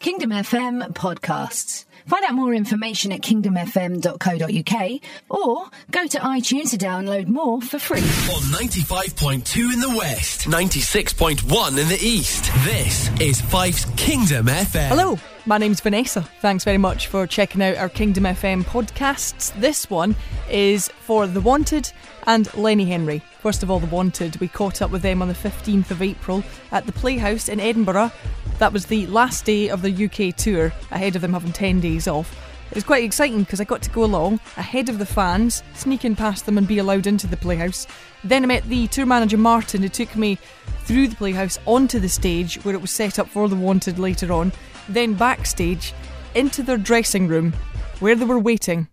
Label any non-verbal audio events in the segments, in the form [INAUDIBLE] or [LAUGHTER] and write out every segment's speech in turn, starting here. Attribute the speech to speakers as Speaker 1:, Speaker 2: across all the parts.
Speaker 1: Kingdom FM podcasts. Find out more information at kingdomfm.co.uk or go to iTunes to download more for free.
Speaker 2: On 95.2 in the west, 96.1 in the east. This is Fife's Kingdom FM.
Speaker 3: Hello, my name's Vanessa. Thanks very much for checking out our Kingdom FM podcasts. This one is for The Wanted and Lenny Henry. First of all, The Wanted, we caught up with them on the 15th of April at the Playhouse in Edinburgh. That was the last day of their UK tour, ahead of them having 10 days off. It was quite exciting because I got to go along ahead of the fans, sneaking past them and be allowed into the Playhouse. Then I met the tour manager Martin, who took me through the Playhouse onto the stage where it was set up for the wanted later on, then backstage into their dressing room where they were waiting.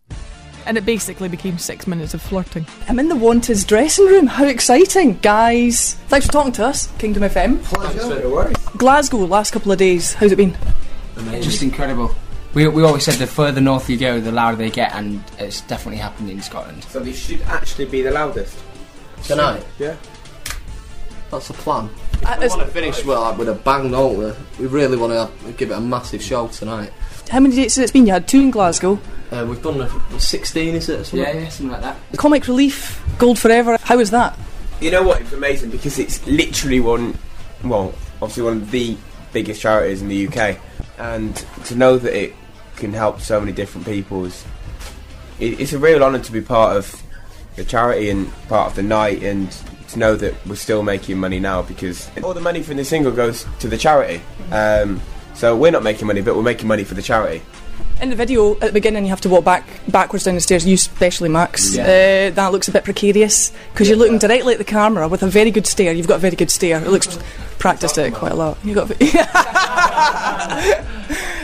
Speaker 3: And it basically became six minutes of flirting. I'm in the Wanted's dressing room. How exciting, guys! Thanks for talking to us, Kingdom FM. Glasgow, last couple of days. How's it been?
Speaker 4: Just incredible. We, we always said the further north you go, the louder they get, and it's definitely happened in Scotland.
Speaker 5: So they should actually be the loudest.
Speaker 6: Tonight?
Speaker 5: Yeah.
Speaker 6: That's the plan.
Speaker 3: Uh,
Speaker 6: We want to finish well like, with a bang, don't we? We really want to give it a massive show tonight.
Speaker 3: How many dates has it been? You had two in Glasgow.
Speaker 6: Uh, we've done a, 16, is it? or something?
Speaker 4: Yeah, yeah, something like that.
Speaker 3: Comic Relief, Gold Forever. How was that?
Speaker 5: You know what? It's amazing because it's literally one, well, obviously one of the biggest charities in the UK, and to know that it can help so many different people is it, it's a real honour to be part of the charity and part of the night, and to know that we're still making money now because all the money from the single goes to the charity. Um, so we're not making money, but we're making money for the charity.
Speaker 3: In the video at the beginning, you have to walk back backwards down the stairs. You especially, Max. Uh, that looks a bit precarious because you're looking directly at the camera with a very good stare. You've got a very good stare. It looks practiced it quite a lot. You [LAUGHS] got.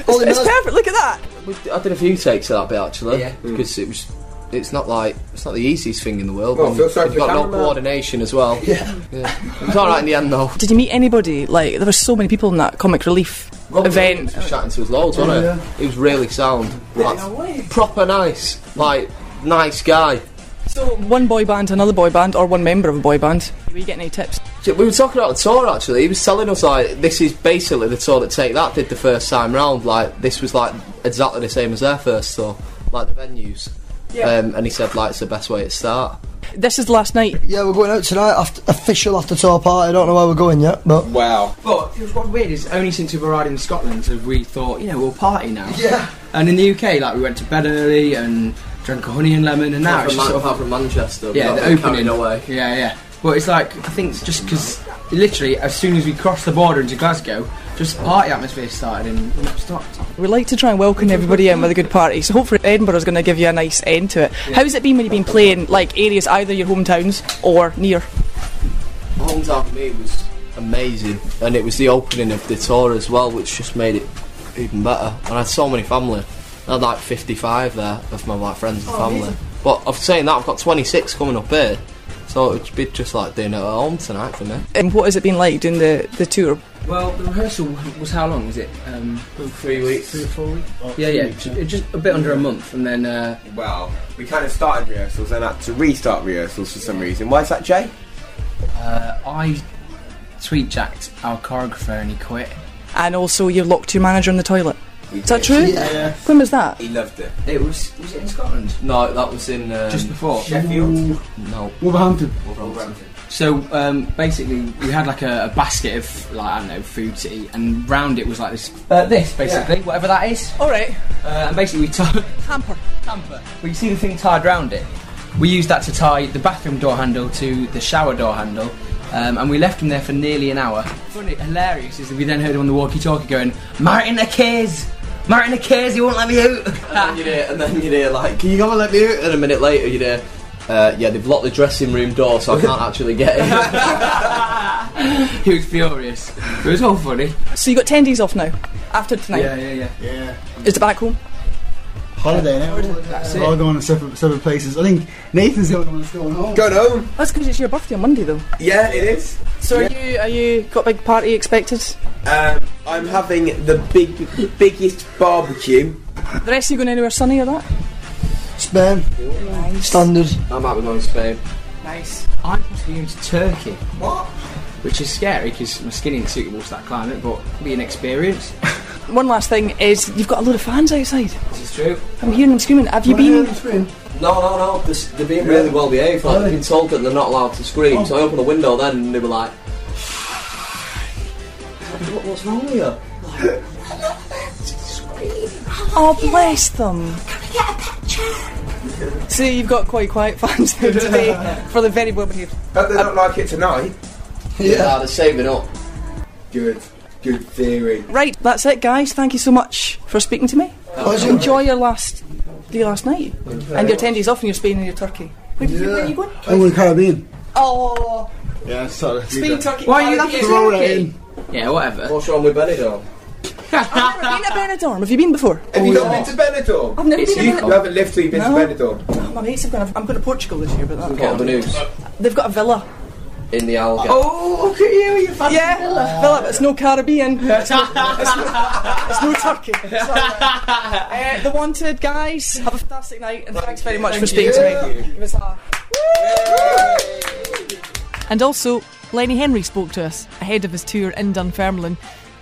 Speaker 6: All it
Speaker 3: it's
Speaker 6: matters-
Speaker 3: perfect. Look at that.
Speaker 6: We- I did a few takes of that bit actually.
Speaker 4: Yeah.
Speaker 5: Hmm.
Speaker 6: Because it was. It's not like it's not the easiest thing in the world.
Speaker 5: Well,
Speaker 6: and
Speaker 5: feel sorry
Speaker 6: you've
Speaker 5: for the
Speaker 6: got no
Speaker 5: cameraman.
Speaker 6: coordination as well. Yeah. It was all right in the end though.
Speaker 3: Did you meet anybody? Like there were so many people in that comic relief event.
Speaker 6: was chatting to us loads, wasn't it? It was really sound. Like, proper nice. Like nice guy.
Speaker 3: So one boy band, another boy band, or one member of a boy band. Were you getting any tips?
Speaker 6: So we were talking about the tour actually. He was telling us like this is basically the tour that Take That did the first time round. Like this was like exactly the same as their first tour, like the venues.
Speaker 3: Yeah.
Speaker 6: Um, and he said like it's the best way to start.
Speaker 3: This is last night.
Speaker 7: Yeah, we're going out tonight. After, official after tour party. I don't know where we're going yet, but
Speaker 5: Wow.
Speaker 8: But what's weird is only since we've arrived in Scotland have we thought, you know, we'll party now. Yeah. And in the UK, like we went to bed early and drank a honey and lemon, and now
Speaker 6: Apart
Speaker 8: it's
Speaker 6: from,
Speaker 8: just
Speaker 6: Man-
Speaker 8: sort
Speaker 6: apart
Speaker 8: of
Speaker 6: from Manchester,
Speaker 8: yeah,
Speaker 6: we're
Speaker 8: the
Speaker 6: not
Speaker 8: opening
Speaker 6: carrying away.
Speaker 8: Yeah, yeah. But it's like I think it's just because literally as soon as we crossed the border into Glasgow, just party atmosphere started and not stopped.
Speaker 3: We like to try and welcome everybody in with a good party. So hopefully Edinburgh's going to give you a nice end to it. How's it been when you've been playing like areas either your hometowns or near?
Speaker 6: Hometown for me was amazing, and it was the opening of the tour as well, which just made it even better. And I had so many family. I had like 55 there of my like friends and family. But of saying that, I've got 26 coming up here, so it would be just like dinner at home tonight for me.
Speaker 3: And what has it been like doing the, the tour?
Speaker 8: Well, the rehearsal was how long? Was it um,
Speaker 6: Three weeks.
Speaker 8: three or four weeks? yeah, yeah, ju- just a bit under a month, and then uh,
Speaker 5: Well, we kind of started rehearsals and had to restart rehearsals for some reason. Why is that, Jay?
Speaker 8: uh, I tweet jacked our choreographer and he quit.
Speaker 3: And also you locked your manager in the toilet. Is that true?
Speaker 5: Yeah.
Speaker 3: When was that?
Speaker 5: He loved it.
Speaker 8: It was was it in Scotland?
Speaker 6: No, that was in um,
Speaker 8: Just before
Speaker 5: Sheffield.
Speaker 6: no.
Speaker 8: Wolverhampton.
Speaker 6: Wolverhampton.
Speaker 8: So um, basically, we had like a, a basket of like I don't know food to eat, and round it was like this. Uh, this basically, whatever that is.
Speaker 3: All right.
Speaker 8: Uh, and basically, we tied [LAUGHS]
Speaker 3: Hamper.
Speaker 8: hamper. Well, you see the thing tied round it. We used that to tie the bathroom door handle to the shower door handle, um, and we left him there for nearly an hour. Funny, hilarious is that we then heard him on the walkie-talkie going, "Martin the kids, Martin the kids, he won't let me
Speaker 6: And then
Speaker 8: out." [LAUGHS]
Speaker 6: you're there, and then you're there, like, can you come and let me out? And a minute later, you're there. Uh, yeah, they've locked the dressing room door, [LAUGHS] so I can't actually get in.
Speaker 8: he was furious. It was all funny.
Speaker 3: So you got ten days off now after tonight.
Speaker 8: yeah, yeah.
Speaker 3: Is it back home?
Speaker 7: holiday now.
Speaker 8: it.
Speaker 7: We're all going to separate, separate places. I think Nathan's the only one that's going home.
Speaker 5: Going home.
Speaker 3: That's because it's your birthday on Monday though.
Speaker 5: Yeah, it is.
Speaker 3: So are you are you got a big party expected?
Speaker 5: Um, I'm having the big, biggest barbecue.
Speaker 3: The rest of you going anywhere sunny or that?
Speaker 7: Spain, standard.
Speaker 6: I might be going to Spain.
Speaker 8: Nice. I'm going to Turkey. What? Which is scary because my skin ain't suitable to that climate, but being experienced.
Speaker 3: One last thing is you've got a load of fans outside.
Speaker 6: This is true.
Speaker 3: I'm hearing them screaming. Have you been?
Speaker 6: No, no, no. This, they're being really well behaved. Like, they've been told that they're not allowed to scream. So I opened the window then, and they were like, what, "What's wrong with you?"
Speaker 3: Oh, bless them. Can I get a picture? So you've got quite quiet fans here today for the very well behaved.
Speaker 5: Hope they don't like it tonight.
Speaker 6: Yeah, they're saving up.
Speaker 5: Good. Good theory.
Speaker 3: Right, that's it, guys. Thank you so much for speaking to me. Enjoy your last your last night and your ten days off, and you're Spain and your Turkey. Where, did you, where are you going?
Speaker 7: I'm in the Caribbean.
Speaker 3: Oh,
Speaker 9: Yeah, sorry.
Speaker 3: Spain, Turkey.
Speaker 8: Why are you
Speaker 3: Caribbean.
Speaker 8: laughing?
Speaker 7: Throw that in.
Speaker 8: Yeah, whatever.
Speaker 6: What's wrong with Benidorm?
Speaker 3: I've never been to Benidorm. Have you been before?
Speaker 5: Have you not been to Benidorm?
Speaker 3: Oh, I've never been to
Speaker 5: you,
Speaker 3: Benidorm.
Speaker 5: You haven't lived till you've been
Speaker 3: No.
Speaker 5: to Benidorm.
Speaker 3: Oh, my mates have gone. I'm going to Portugal this year, but that's
Speaker 6: Got the news
Speaker 3: They've got a villa.
Speaker 6: in the Algarve.
Speaker 8: Oh, look at you, you fancy
Speaker 3: Yeah, villa, but it's no Caribbean. it's, no, it's no Turkey. Sorry. Uh, the Wanted guys, have a fantastic night, and thanks very much for speaking to me. It was a- And also, Lenny Henry spoke to us ahead of his tour in Dunfermline.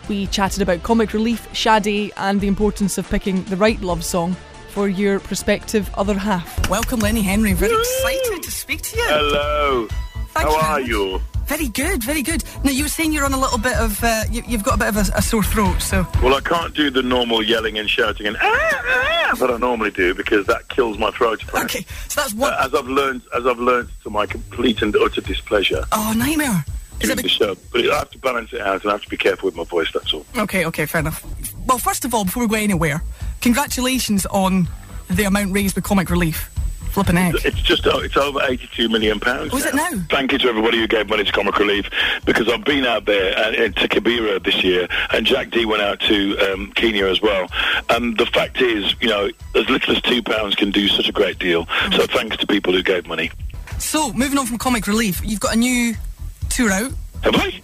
Speaker 3: We chatted about comic relief, Shadi, and the importance of picking the right love song for your prospective other half. Welcome, Lenny Henry. Very excited to speak to you.
Speaker 9: Hello.
Speaker 10: Thank
Speaker 9: How
Speaker 10: you very
Speaker 9: are
Speaker 10: much.
Speaker 9: you?
Speaker 10: Very good, very good. Now you were saying you're on a little bit of, uh, you, you've got a bit of a, a sore throat, so
Speaker 9: Well, I can't do the [LAUGHS] normal yelling and shouting and ah, ah, that I normally do because that kills my throat.
Speaker 10: okay. So that's one.
Speaker 9: Uh, as I've learned, as I've learned to my complete and utter displeasure
Speaker 10: oh, nightmare. Is
Speaker 9: during
Speaker 10: it
Speaker 9: the
Speaker 10: be-
Speaker 9: show, but I have to balance it out and I have to be careful with my voice. That's all.
Speaker 10: okay? Okay, fair enough. Well, first of all, before we go anywhere, congratulations on the amount raised with Comic Relief. Flipping egg.
Speaker 9: It's just oh, it's over eighty-two million pounds.
Speaker 10: Oh, is it now?
Speaker 9: Thank you to everybody who gave money to Comic Relief because I've been out there and, and to Kabira this year, and Jack D went out to um, Kenya as well. And the fact is, you know, as little as two pounds can do such a great deal. So thanks to people who gave money.
Speaker 10: So moving on from Comic Relief, you've got a new tour out.
Speaker 9: Have I?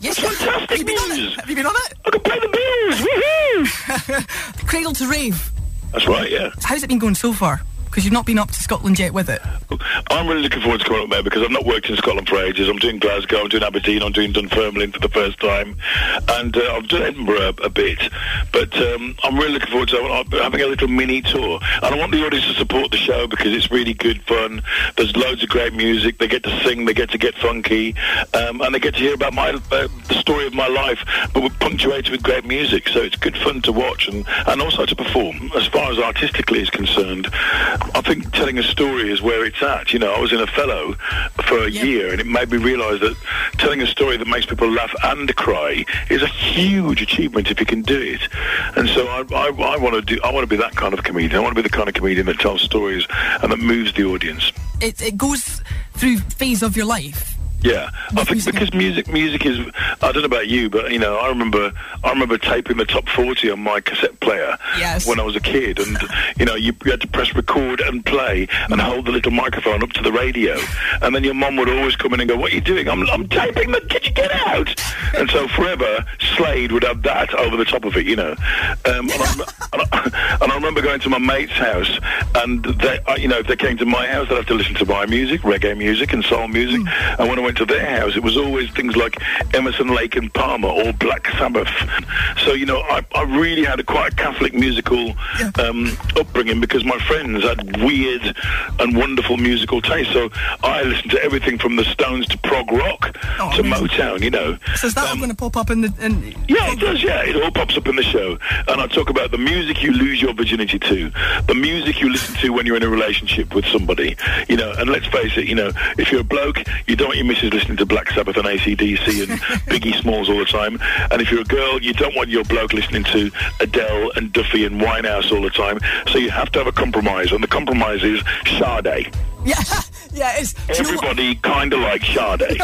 Speaker 10: Yes,
Speaker 9: That's
Speaker 10: you-
Speaker 9: fantastic
Speaker 10: Have you been on
Speaker 9: news.
Speaker 10: it? Have you been on
Speaker 9: I can pay the bills. Woohoo!
Speaker 10: it? [LAUGHS] Cradle to Rave.
Speaker 9: That's right. Yeah.
Speaker 10: How's it been going so far? Because you've not been up to Scotland yet with it.
Speaker 9: I'm really looking forward to coming up there because I've not worked in Scotland for ages. I'm doing Glasgow, I'm doing Aberdeen, I'm doing Dunfermline for the first time, and uh, I've done Edinburgh a, a bit. But um, I'm really looking forward to uh, having a little mini tour, and I want the audience to support the show because it's really good fun. There's loads of great music. They get to sing, they get to get funky, um, and they get to hear about my uh, the story of my life, but we're punctuated with great music. So it's good fun to watch and, and also to perform. As far as artistically is concerned, I think telling a story is where it's at. You know, I was in a fellow for a year, and it made me realise that telling a story that makes people laugh and cry is a huge achievement if you can do it. And so I, I, I want to do. I want to be that kind of comedian. I want to be the kind of comedian that tells stories and that moves the audience.
Speaker 10: It, it goes through phase of your life.
Speaker 9: Yeah, I think
Speaker 10: music.
Speaker 9: because music, music is. I don't know about you, but you know, I remember, I remember taping the top forty on my cassette player
Speaker 10: Yes.
Speaker 9: when I was a kid, and you know, you, you had to press record and play and hold the little microphone up to the radio, and then your mum would always come in and go, "What are you doing? I'm, I'm taping the. Did you get out?" And so forever, Slade would have that over the top of it, you know. Um, and, I, and, I, [LAUGHS] and I remember going to my mate's house, and they, I, you know, if they came to my house, they'd have to listen to my music, reggae music, and soul music.
Speaker 10: Hmm.
Speaker 9: And when I went to their house, it was always things like Emerson, Lake, and Palmer, or Black Sabbath. So you know, I, I really had a quite a Catholic musical um, upbringing because my friends had weird and wonderful musical taste. So I listened to everything from the Stones to prog rock
Speaker 10: Oh,
Speaker 9: to
Speaker 10: amazing.
Speaker 9: Motown. You know,
Speaker 10: So is that all going to pop up in the? In,
Speaker 9: yeah, it does. Yeah, it all pops up in the show, and I talk about the music you lose your virginity to, the music you listen to when you're in a relationship with somebody. You know, and let's face it, you know, if you're a bloke, you don't want your missus listening to Black Sabbath and ACDC and Biggie Smalls all the time, and if you're a girl, you don't want your bloke listening to Adele and Duffy and Winehouse all the time. So you have to have a compromise, and the compromise is Sade.
Speaker 10: yeah,
Speaker 3: [LAUGHS]
Speaker 10: yeah. It's. Do you know what?
Speaker 9: Everybody kind of likes
Speaker 10: [LAUGHS]
Speaker 9: Sade.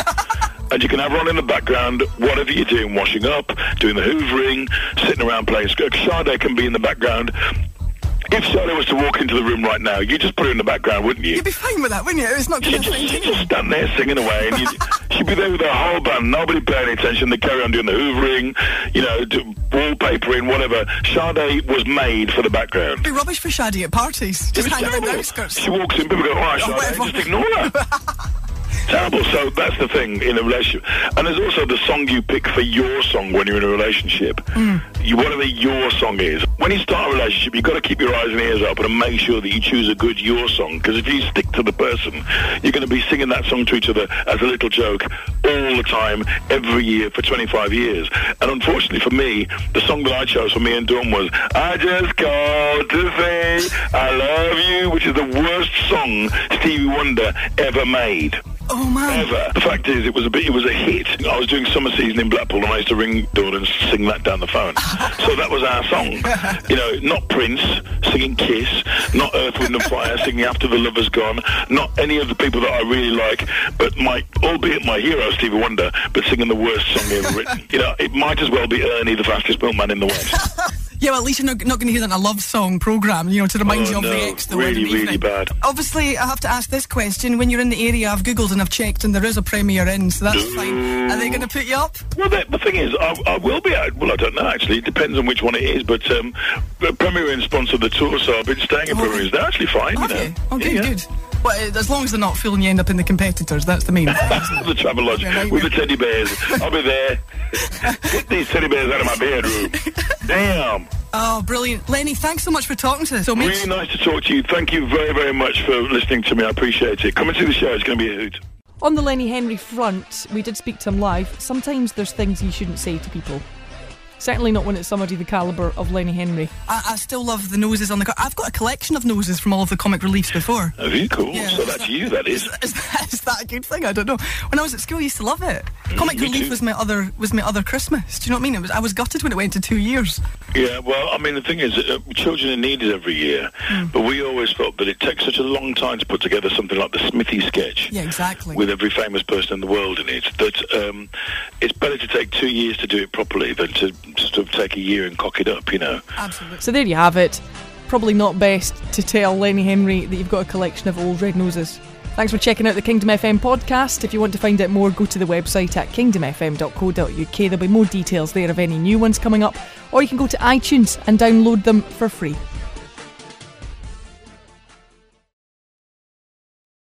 Speaker 9: and you can have her on in the background, whatever you're doing, washing up, doing the hoovering, sitting around playing. sc- Sade can be in the background. If Sade was to walk into the room right now, you just put her in the background, wouldn't you?
Speaker 10: You'd be fine with that, wouldn't you? It's not going
Speaker 9: She'd
Speaker 10: to
Speaker 9: just,
Speaker 10: offend
Speaker 9: she'd just
Speaker 10: anyone.
Speaker 9: stand there singing away, and you'd, she'd be there with her whole band, nobody paying any attention. They carry on doing the hoovering, you know, do wallpapering, whatever. Sade was made for the background.
Speaker 10: It'd be rubbish for Shadi at parties. Just
Speaker 9: It was
Speaker 10: hang around the
Speaker 9: terrible.
Speaker 10: outskirts.
Speaker 9: "Oh, She walks in, people go, all right,
Speaker 10: [LAUGHS]
Speaker 9: Sade,
Speaker 10: whatever.
Speaker 9: just ignore her. terrible. So that's the thing in a relationship. And there's also the song you pick for your song when you're in a relationship. You, whatever your song is. When you start a relationship, you've got to keep your eyes and ears open and make sure that you choose a good your song. Because if you stick to the person, you're going to be singing that song to each other as a little joke all the time, every year for 25 years. And unfortunately for me, the song that I chose for me and Dawn was I Just Called to Say I Love You, which is the worst song Stevie Wonder ever made.
Speaker 3: Oh my!
Speaker 9: Ever. The fact is, it was a bit, it was a hit. I was doing summer season in Blackpool, and I used to ring Dawn and sing that down the phone. so that was our song. You know, not Prince singing Kiss, not Earth, Wind and Fire singing After the Lover's Gone, not any of the people that I really like, but my, albeit my hero Stevie Wonder, but singing the worst song ever written. You know, it might as well be Ernie, the fastest built man in the West.
Speaker 3: Yeah, well, at least you're not, not going to hear that in a love song program, you know, to remind
Speaker 9: Oh,
Speaker 3: you of
Speaker 9: no,
Speaker 3: the ex. The word
Speaker 9: really,
Speaker 3: of evening.
Speaker 9: really bad.
Speaker 3: Obviously, I have to ask this question. When you're in the area, I've googled and I've checked, and there is a Premier Inn, so that's fine. Are they going to put you up?
Speaker 9: Well, the, the thing is, I, I will be out. Well, I don't know actually. It depends on which one it is. But um, the Premier Inn sponsored the tour, so I've been staying at Premier Inns. They're actually fine.
Speaker 3: Have
Speaker 9: you know.
Speaker 3: you? Oh, good, good. Well, uh, as long as they're not fooling you end up in the competitors, that's the main
Speaker 9: [LAUGHS]
Speaker 3: thing.
Speaker 9: the travel lodge with the teddy bears. I'll be there. Get these teddy bears out of my bedroom. Damn.
Speaker 3: Oh, brilliant. Lenny, thanks so much for talking to us. So make
Speaker 9: Really nice to talk to you. Thank you very, very much for listening to me. I appreciate it. Come and see the show. It's going to be a hoot.
Speaker 8: On the Lenny Henry front, we did speak to him live. Sometimes there's things you shouldn't say to people. Certainly not when it's somebody the calibre of Lenny Henry.
Speaker 3: I, I still love the noses on the car. I've got a collection of noses from all of the comic reliefs before. [LAUGHS]
Speaker 9: Oh, you cool. so that's you. That is.
Speaker 3: Is that, is that a good thing? I don't know. When I was at school, I used to love it.
Speaker 9: Mm,
Speaker 3: Comic
Speaker 9: me
Speaker 3: relief
Speaker 9: too.
Speaker 3: was my other was my other Christmas. Do you know what I mean? It was I was gutted when it went to two years.
Speaker 9: Yeah, well, I mean, the thing is, uh, children are needed every year, but we always felt that it takes such a long time to put together something like the Smithy sketch
Speaker 3: Yeah, exactly.
Speaker 9: with every famous person in the world in it that um, it's better to take two years to do it properly than to sort of take a year and cock it up, you know.
Speaker 3: Absolutely.
Speaker 8: So there you have it. Probably not best to tell Lenny Henry that you've got a collection of old red noses. Thanks for checking out the Kingdom FM podcast. If you want to find out more, go to the website at kingdomfm.co.uk. There'll be more details there of any new ones coming up, or you can go to iTunes and download them for free.